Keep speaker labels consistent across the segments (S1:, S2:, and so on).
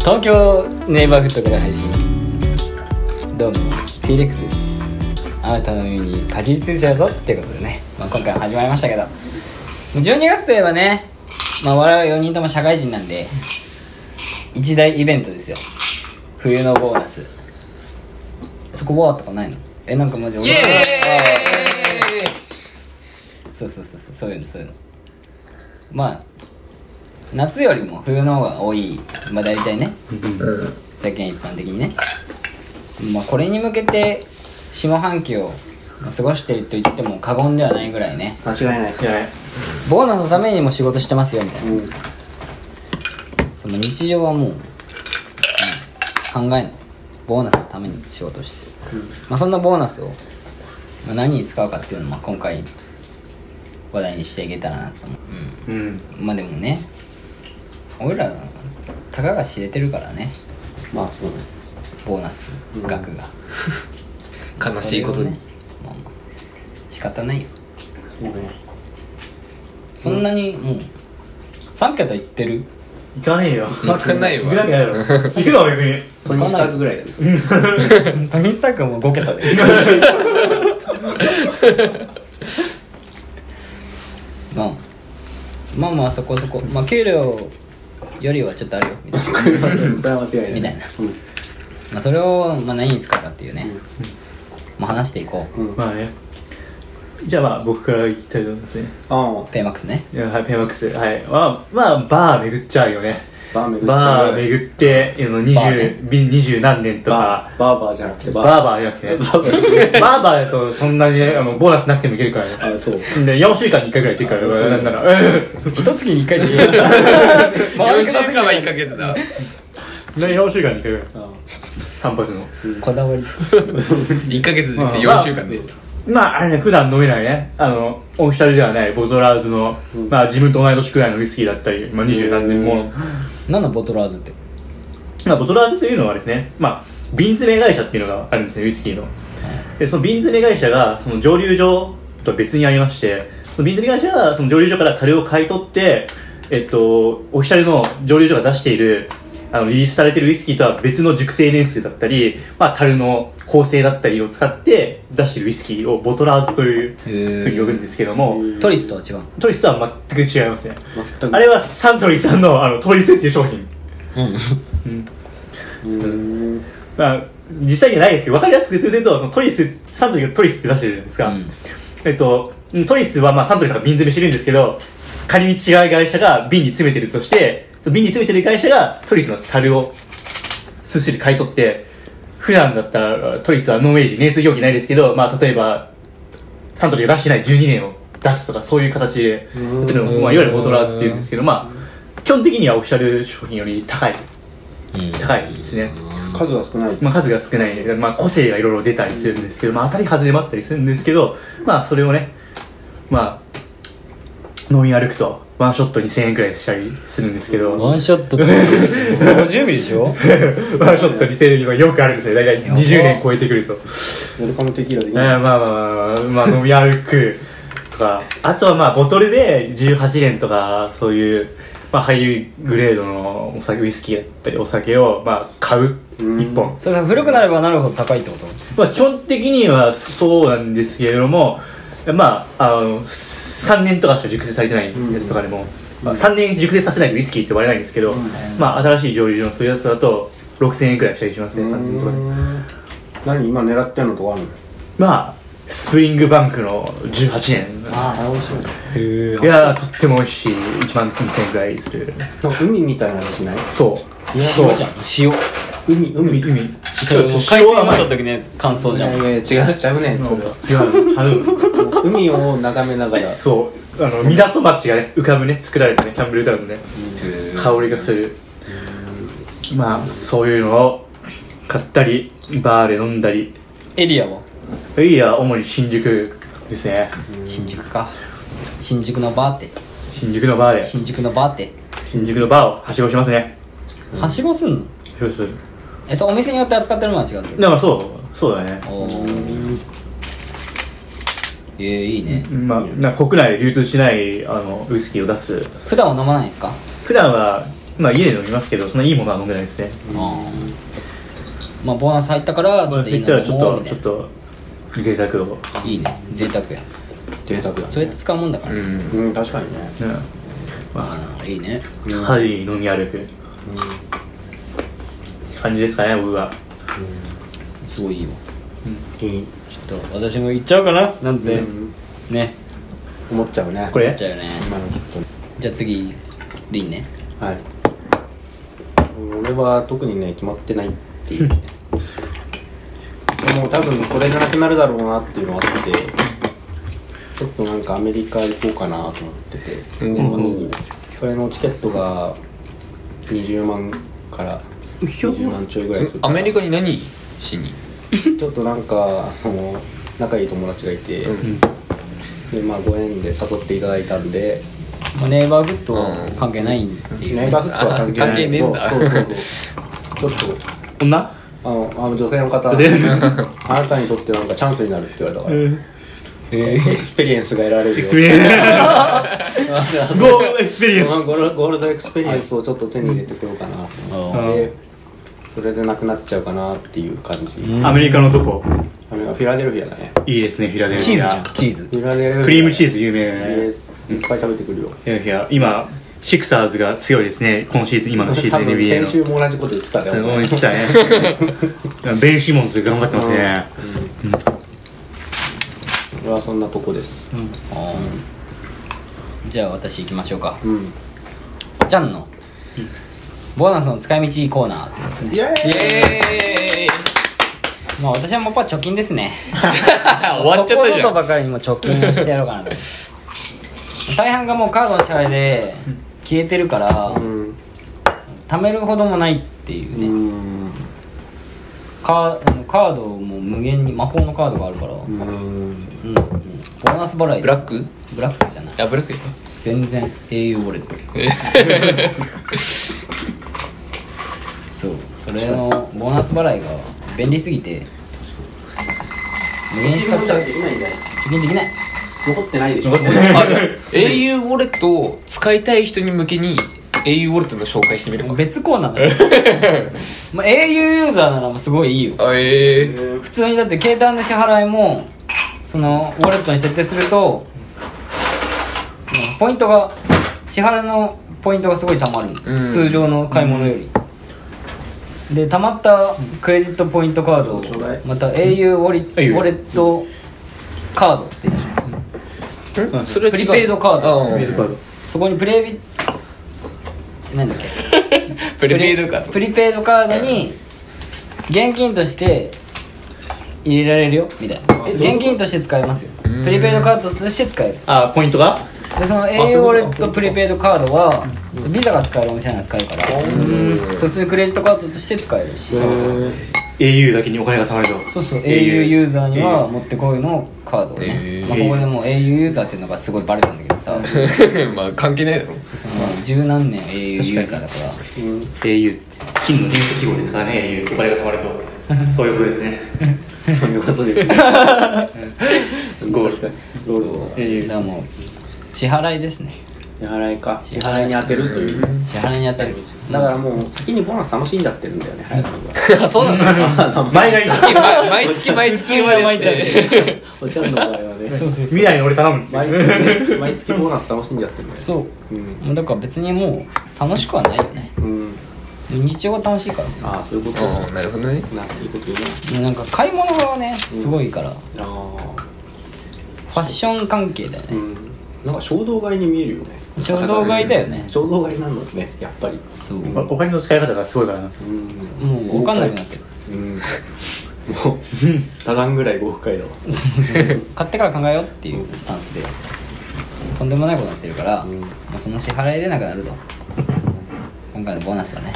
S1: 東京ネイバーフットから配信どうも t レックスですあなたの耳にかじりついちゃうぞっていうことでね、まあ、今回始まりましたけど12月といえばね、まあ、我々4人とも社会人なんで一大イベントですよ冬のボーナスそこわーとかないのえなんかまで
S2: イエーイ
S1: そうそうそうそうそういうのそういうのまあ夏よりも冬の方が多いまあ大体ね
S2: うん
S1: 世間一般的にね、まあ、これに向けて下半期を過ごしてると言っても過言ではないぐらいね
S3: 間違いない
S1: ボーナスのためにも仕事してますよみたいな、その日常はもう、うん考えないボーナスのために仕事をしてる、まあ、そんなボーナスをまあ何に使うかっていうのをまあ今回話題にしていけたらなと思う、うん
S3: うん
S1: まあでもね俺らたかが知れてるからね
S3: まあそうね
S1: ボーナス額が、
S2: 悲しいこと
S1: そ
S2: に、
S1: れをねまあまあ仕方ないよ
S3: そうね
S1: そんなにもう3桁いってる
S4: 行かねえよ
S2: 行かないわ
S4: 行くわけないだろ行くの別に
S3: トニー・スタークぐらいだね
S1: トニー・スタークはもう5桁で まあまあまあそこそこまあ給料よりはちょっとあるよみたいな
S3: これは間違いない
S1: みたいな
S3: う
S1: まあそれをまあ何に使うかっていうね、まあ、話していこうん
S3: うん
S4: まあねじゃあまあ僕から行きたいと思いますね
S3: ああ
S1: ペイマックスね
S4: いやはいペイマックスはいまあまあバー巡っちゃうよね
S3: バー巡っちゃう
S4: バー巡ってあの
S1: バー
S4: 20び二十何年と
S3: バ
S4: か
S3: ーバーバーじゃなくて
S4: バー
S3: バー
S4: バーやけねバーバーだとそんなにねあのボーナスなくてもいけるか らね
S3: あそう
S4: で4週間に1回ぐらい行ってるからなんなら うん
S1: 一月に1回でいい
S2: 4週間は1ヶ月だ
S4: ね4週間に1回ぐらい
S3: あ
S4: 散髪の
S1: こだわり
S2: 1ヶ月で
S4: うん
S2: 4週間で
S4: まあ、あれね、普段飲めないね、あの、オフィシャルではない、ボトラーズの、まあ、自分と同い年くらいのウイスキーだったり、まあ、二十何年もの。
S1: 何のボトラーズって
S4: まあ、ボトラーズというのはですね、まあ、瓶詰め会社っていうのがあるんですね、ウイスキーの。で、その瓶詰め会社が、その蒸留所とは別にありまして、その瓶詰め会社が、その蒸留所から樽を買い取って、えっと、オフィシャルの蒸留所が出している、あの、リリースされてるウイスキーとは別の熟成年数だったり、まあ、樽の構成だったりを使って出しているウイスキーをボトラーズというふうに呼ぶんですけども、
S1: トリスとは違う
S4: トリスとは全く違いますね
S3: 全く
S4: あれはサントリーさんのあのトリスっていう商品
S3: うん
S4: まあ実際じゃないですけど分かりやすく説明するとそのトリスサントリーがトリスって出してるじゃないですか、
S1: うん
S4: えっとトリスはまあサントリーさんが瓶詰めしてるんですけど仮に違う会社が瓶に詰めてるとしてその瓶に詰めてる会社がトリスの樽を数種類買い取って普段だったらトリスはノンウェイジ年数表記ないですけど、まあ、例えばサントリーが出してない12年を出すとかそういう形でやってるのをまあ、いわゆるボトラーズっていうんですけど、まあ、基本的にはオフィシャル商品より高い高いですね、
S3: 数は少ない
S4: まあ、数が少ない、まあ、個性がいろいろ出たりするんですけど、まあ、当たり外れもあったりするんですけど、まあ、それをね、まあ、飲み歩くと、ワンショット2000円くらいしたりするんですけど、
S1: ワンショットって50ミリでしょ
S4: ワンショット2000円がよくあるんですよ。だいたい20年超えてくると。
S3: ウェルカムテキーラでいい
S4: えーまあまあまあ、まあ、飲み歩くとか、あとはまあ、ボトルで18年とか、そういう、まあ、ハイグレードのお酒、ウイスキーだったり、お酒を、まあ、買う、1本。
S1: それさ古くなればなるほど高いってこと
S4: まあ、基本的にはそうなんですけれども、まあ、あの3年とかしか熟成されてないやつとかでも、まあ、3年熟成させないとウイスキーって割れないんですけど、まあ、新しい蒸留所のそういうやつだと6000円くらいしたりしますね3年とかで
S3: うん何今狙ってんのとかあるの
S4: まあスプリングバンクの18年
S3: ああ美味しい
S1: へ
S4: いやーとっても美味しい1万2000円くらいする
S3: なんか海みたいなのしない
S4: そうそう
S1: 塩じゃん塩
S3: 海海
S4: 海
S3: い
S4: 海
S1: それもう海水飲んだ時ね乾燥じゃ
S3: や
S1: ん
S3: いや違うちゃうねんそれはい
S4: や多分
S3: 海を眺めながら
S4: そうあの港町がね浮かぶね作られたねキャンベルタウンのね香りがするまあそういうのを買ったりバーで飲んだり
S1: エリアはい
S4: や主に新宿ですね
S1: 新宿か新宿のバーって
S4: 新宿のバーで
S1: 新宿のバーって
S4: 新宿のバーをはしごしますね
S1: はしごすんの
S4: はしごする
S1: えそうお店によって扱ってるものは違うけど
S4: なんかそうそうだね
S1: おーえー、いいね
S4: まあなんか国内で流通しないあのウイスキーを出す
S1: 普段は飲まないんですか
S4: 普段はまあ家で飲みますけど、そんないいものは飲んでないですね。
S1: あーまあボーナス入ったからちょ
S4: ま
S1: っ
S4: あ
S1: とい
S4: 言
S1: い
S4: った
S1: な
S4: らち
S1: と
S4: ょっ
S1: 思う
S4: と、
S1: み
S4: ち
S1: た
S4: ょ
S1: い
S4: っと、贅沢を。
S1: ないいね贅沢や
S3: 贅沢だね
S1: そうやって使うもんだから、
S2: うん
S3: うん確かにね
S4: うん。ま
S1: あーいいね
S4: あ、歯に飲み歩く感じですかね、僕は。
S1: すごいいいわ
S3: うんいい
S1: ちょっと私も行っちゃおうかななんて、
S3: うん
S1: ね
S3: 思っちゃうね
S4: こ
S1: 行
S4: れ
S1: っちゃうよね
S3: 今のちょっ
S1: じゃあ次リンね
S3: とはい俺は特にね決まってないっていうで も多分これがなくなるだろうなっていうのがあってちょっとなんかアメリカ行こうかなと思ってて
S2: うん
S3: それのチケットが20万から20万ちょいぐらいする
S2: アメリカに何しに
S3: ちょっとなんかその仲いい友達がいて、でまあご縁で誘っていただいたんで
S1: まあネイバーグッド関係ないっていう、ね
S3: ネイバーフットは関係ないけど
S2: あ関
S3: そう
S2: 係ね
S3: そうそうちょっ と
S4: 女
S3: あのあの女性の 方あ
S4: で
S3: なたにとってなんかチャンスになるって言われたから、エクスペリエンスが得られるよ
S4: スペリエンゴーエクスペリエン
S3: その
S4: ス
S3: ゴールゴールドエクスペリエンスをちょっと手に入れてこようかなと思って、
S4: うん
S3: でそれでなくなっちゃうかなっていう感じ、
S1: ん
S4: アメリカのとこ。
S3: あれはフィラデルフィアだね
S4: いいですね、フィラデルフ
S1: チーズ
S4: ィ
S1: じ
S4: ア
S1: ゃん。チーズ
S3: フィラデルフィア
S4: クリームチーズ有名よ
S3: い
S4: ね。
S3: っぱい食べてくるよ
S4: フィラデルフィア。今、シクサーズが強いですね、今シーズン、今のシーズン
S3: 多分
S4: NBA
S3: 先週
S4: の。
S3: も同じこと言ってたで
S4: す
S3: も
S4: ごい来た ね。ベン・シモンズ頑張ってますね。
S3: 俺はそんなとこです
S1: あーじゃあ私行きましょうか
S3: うん
S1: ちゃんのボーナスの使い道コーナー
S3: イエーイ
S2: イエーイ
S1: まあ私はもっぱ貯金ですね
S2: 終わっちゃったじゃ
S1: ここぞと
S2: ん
S1: ばかりにも貯金をしてやろうか なと大半がもうカードの支払いで消えてるから、
S3: うん
S1: 貯めるほどもないっていうね、
S3: うん
S1: カーカードをもう無限に魔法のカードがあるから、うん
S3: うん
S1: うんボーナス払い
S2: ブラック
S1: ブラックじゃない
S2: あブラック
S1: 全然 au ウォレッ トそうそれのボーナス払いが便利すぎて無限に使っちゃう
S3: できないんだよ
S1: 貯金できない
S3: 残ってないでしょ
S2: あじゃあ au ウォレットを使いたい人に向けに au ウォレットの紹介してみるか
S1: 別コーナーだよ まあ au ユーザーならもうすごいいいよ
S2: あええ
S1: 普通にだって携帯の支払いもそのウォレットに設定するとうんポイントが支払いのポイントがすごい貯まる、
S2: うん
S1: 通常の買い物より、で貯まったクレジットポイントカードを
S3: ちょうだい
S1: また au ウォレウ
S4: うん
S1: ォレットカードっていうの
S2: うんそれは違う
S1: プリペイドカード
S2: あー
S1: そこにプレビなんだっけ
S2: プリペイドカード
S1: プリペイドカードに現金として入れられるよみたいな現金として使えますよプリペイドカードとして使える
S4: あ、ポイントが
S1: でその au ウォレットプリペイドカードはそうビザが使えるお店なら使えるからそう普通にクレジットカードとして使えるし
S4: au だけにお金が貯まると。
S1: そうそう au ユーザーには持ってこいのカードをね、まあ、ここでもう au ユーザーっていうのがすごいバレたんだけどさ
S2: まあ関係ないだろ
S1: そうそうまあ十何年 au ユーザーだから
S4: au。金の原石業ですからね、au。お金が貯まる と。そういうことですね。
S3: そういうことで
S4: ゴール。
S3: ロールを
S4: au
S1: だからもう支払いですね
S3: 支払いか支払いに当てるという
S1: 支払いに当たる
S3: だからもう先にボーナス楽しんじゃってるんだよね 早川君は
S2: あそうなんだ
S4: 前がいい
S2: 毎 毎 月毎月言われて
S3: お茶の場合はね
S1: そうそうそう
S4: 未来に俺頼む。
S3: 毎月毎月ボーナス楽しんじゃってるんだよね
S1: そう
S3: うん
S1: もうだから別にもう楽しくはないよね
S3: うん
S1: 日常が楽しいからね
S3: ああそういうこと
S2: ああなるほどね
S3: なそういうことね
S1: なんか買い物がねすごいから、フ
S3: ああ
S1: ァッション関係だよ
S3: う
S1: ね、
S3: んなんか衝動買いに見えるよね
S1: 衝動買いだよね
S3: 衝動買いなんだねやっぱり
S1: そう
S4: おお金の使い方がすごいからな。
S3: うん
S1: もう分かんなくなってる
S3: うんもう足らんぐらい豪快だわ
S1: 買ってから考えようっていうスタンスでとんでもないことになってるから、
S3: ん
S1: まあ、その支払いでなくなる と今回のボーナスはね、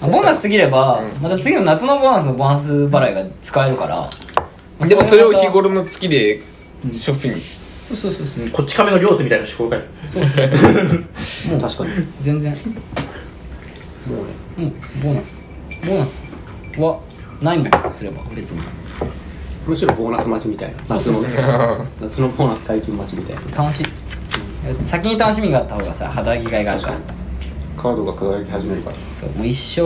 S1: あボーナス過ぎれば、また次の夏のボーナスのボーナス払いが使えるから、
S2: でもそれを日
S1: また
S2: 頃の月でショッピング
S1: そうそうそうそう
S4: こっち亀の両津みたいな思考かよ。
S3: 確かに
S1: 全然
S3: もうね
S1: うんボーナスボーナスはないもんとすれば別に
S3: むしろボーナス待ちみたいな
S1: そうそうそう
S3: 夏の ね夏のボーナス解禁待ちみたいな
S1: 楽しい先に楽しみがあった方がさ肌着替えがあるから
S3: カードが輝き始めるから
S1: そうもう一生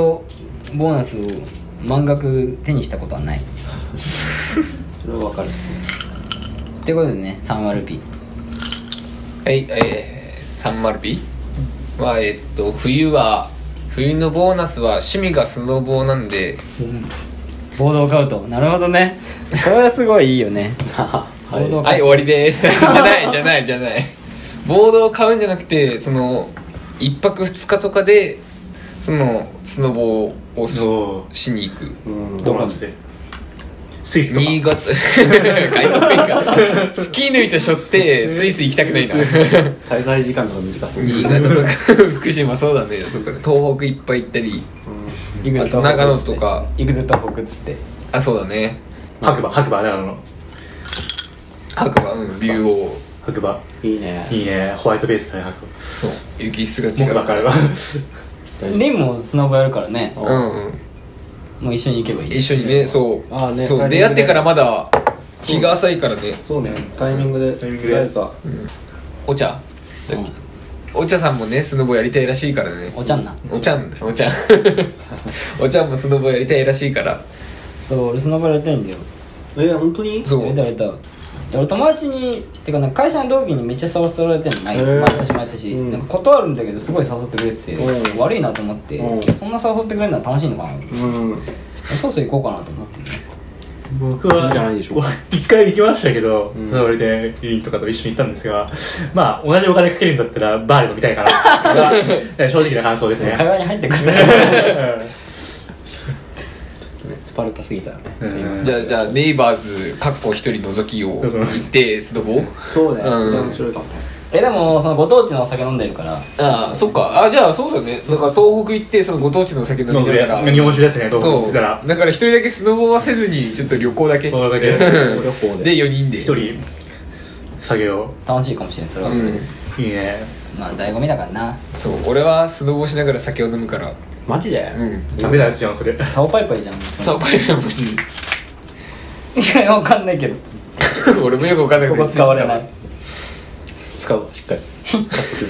S1: ボーナスを満額手にしたことはない
S3: それはわかる
S1: ということでね3割ピ
S2: はい、えー、305は、えっと、冬は、冬のボーナスは趣味がスノボーなんで、
S1: ボードを買うとなるほどねそれはすごいいいよ ねボードを
S2: は
S1: 買
S2: い、
S1: う、
S2: 終わりです。 じゃない、じゃない、じゃない。ボードを買うんじゃなくて、その、一泊二日とかで、その、スノボーをし
S4: お
S2: しに行く。
S3: うん
S4: どうなんですねスイスとか
S2: 新潟、 外国行か。スキー抜いてしょって、スイス行きたくないな。
S3: 滞在時間が短そう
S2: 新潟とか、 福島、そうだね。そこ東北いっぱい行ったり、
S1: 行く
S2: あ
S1: ぜ
S2: と長野とか、
S1: 行くぜ東北っつって
S2: あ、そうだね。
S4: 白馬白馬長野の
S2: 白馬、うん、竜王。
S4: 白馬
S3: いいね
S4: いいねホワイトベース対白
S2: そう雪質が
S4: 馬
S2: 違
S4: 僕
S2: う
S4: ばっ
S2: か
S4: からら
S1: リンもスノボやるからね
S2: うんうん
S1: もう一緒に行けばいい
S2: 一緒にねそう
S3: あーね
S2: そう
S3: タイミングで
S2: 出会ってからまだ日が浅いからね
S3: そうねタイミングで
S4: タイミングで
S3: 誰か
S2: お茶お茶さんもねスノボやりたいらしいからね
S1: おちゃんな
S2: お茶んお茶お茶んもスノボやりたいらしいから
S1: そう俺スノボやりたいんだよ
S3: えー、本当に
S2: そう
S1: やりたいやりたいいや俺友達にてかなんか会社の同期にめっちゃ誘われてんの毎
S3: へー
S1: 毎年毎年、
S3: うん
S1: なんか断るんだけどすごい誘ってくれてて、
S3: うん
S1: 悪いなと思って、
S3: うん
S1: いやそんな誘ってくれるのは楽しいのか な、
S3: うん
S1: そうそう行こうかなと思って
S4: 僕
S3: いい
S4: は
S3: んじゃないでしょうか
S4: 一回行きましたけど、
S3: うん
S4: それでユンとかと一緒に行ったんですがまあ同じお金かけるんだったらバーで飲みたいかながえ正直な感想ですね
S1: 会話に入ってく る
S3: スパルタすぎたよね
S4: うん
S2: じゃあじゃあネイバーズかっこ一人覗きを行ってスノボ
S3: そうね、
S2: う
S3: そ
S2: ん
S3: れ面白いかもね
S1: えでもそのご当地のお酒飲んでるから
S2: ああそっかあじゃあそうだねだから東北行ってそのご当地のお酒飲み
S4: 飲ん
S2: な
S4: で
S2: がら
S4: 日本酒ですねどう
S2: そ
S4: ぞ
S2: う
S4: た
S2: だ
S4: ら
S2: から一人だけスノボはせずにちょっと旅行だけ
S4: 旅行だけ
S3: 旅行で
S2: で4人で
S4: 一人作業
S1: 楽しいかもしれないそれはそれで、
S4: いいね
S1: まあ醍醐味だからな
S2: そう俺はスノボしながら酒を飲むから
S3: マジで、
S2: うん
S4: ダメなやつじゃんそれい
S1: タオパイパイじゃんそ
S2: タオパイパイもし
S1: のいやわかんないけど
S2: 俺もよく分かんな
S1: こ
S2: く
S1: こ
S2: て
S1: 使われない
S3: 使うわしっか り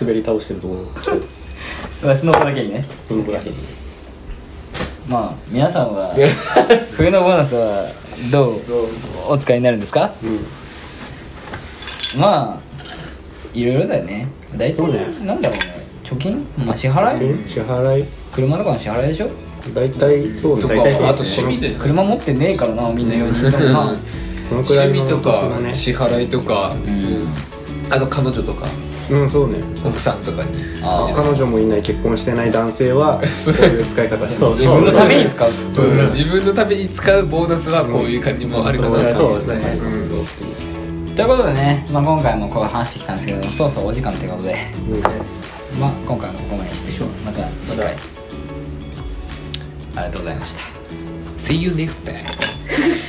S3: 滑り倒してるところ使う
S1: スノボだけにね
S3: そのぐらい
S1: まあ皆さんは冬のボーナスはどうお使いになるんですか
S3: うん
S1: まあいろいろだよね大
S3: そうね
S1: 体なんだろうね貯金まあ支払い
S3: え支払い
S1: 車とかの支払いでしょ
S3: 大体そう
S2: と
S3: ね
S2: か
S3: 大体そう
S2: あと趣味で
S1: 車持ってねえからなみんな4人と もな
S3: このくらいの
S2: 趣味と
S3: そんな
S2: か
S3: ね
S2: 支払いとか
S1: うん
S2: あと彼女とか
S3: うんそうね
S2: 奥さんとかに
S1: あ
S3: 彼女もいない結婚してない男性は そういう使い方して
S4: そう
S3: る
S1: 自分のために使う
S2: うん自分のために使うボーナスはこういう感じもあるかなってい
S4: そうですね
S1: ということでね、まあ、今回もこう話してきたんですけどもそうそうお時間ということで、まあ、今回はここまでにしてまた次回ありがとうございました
S2: See you next time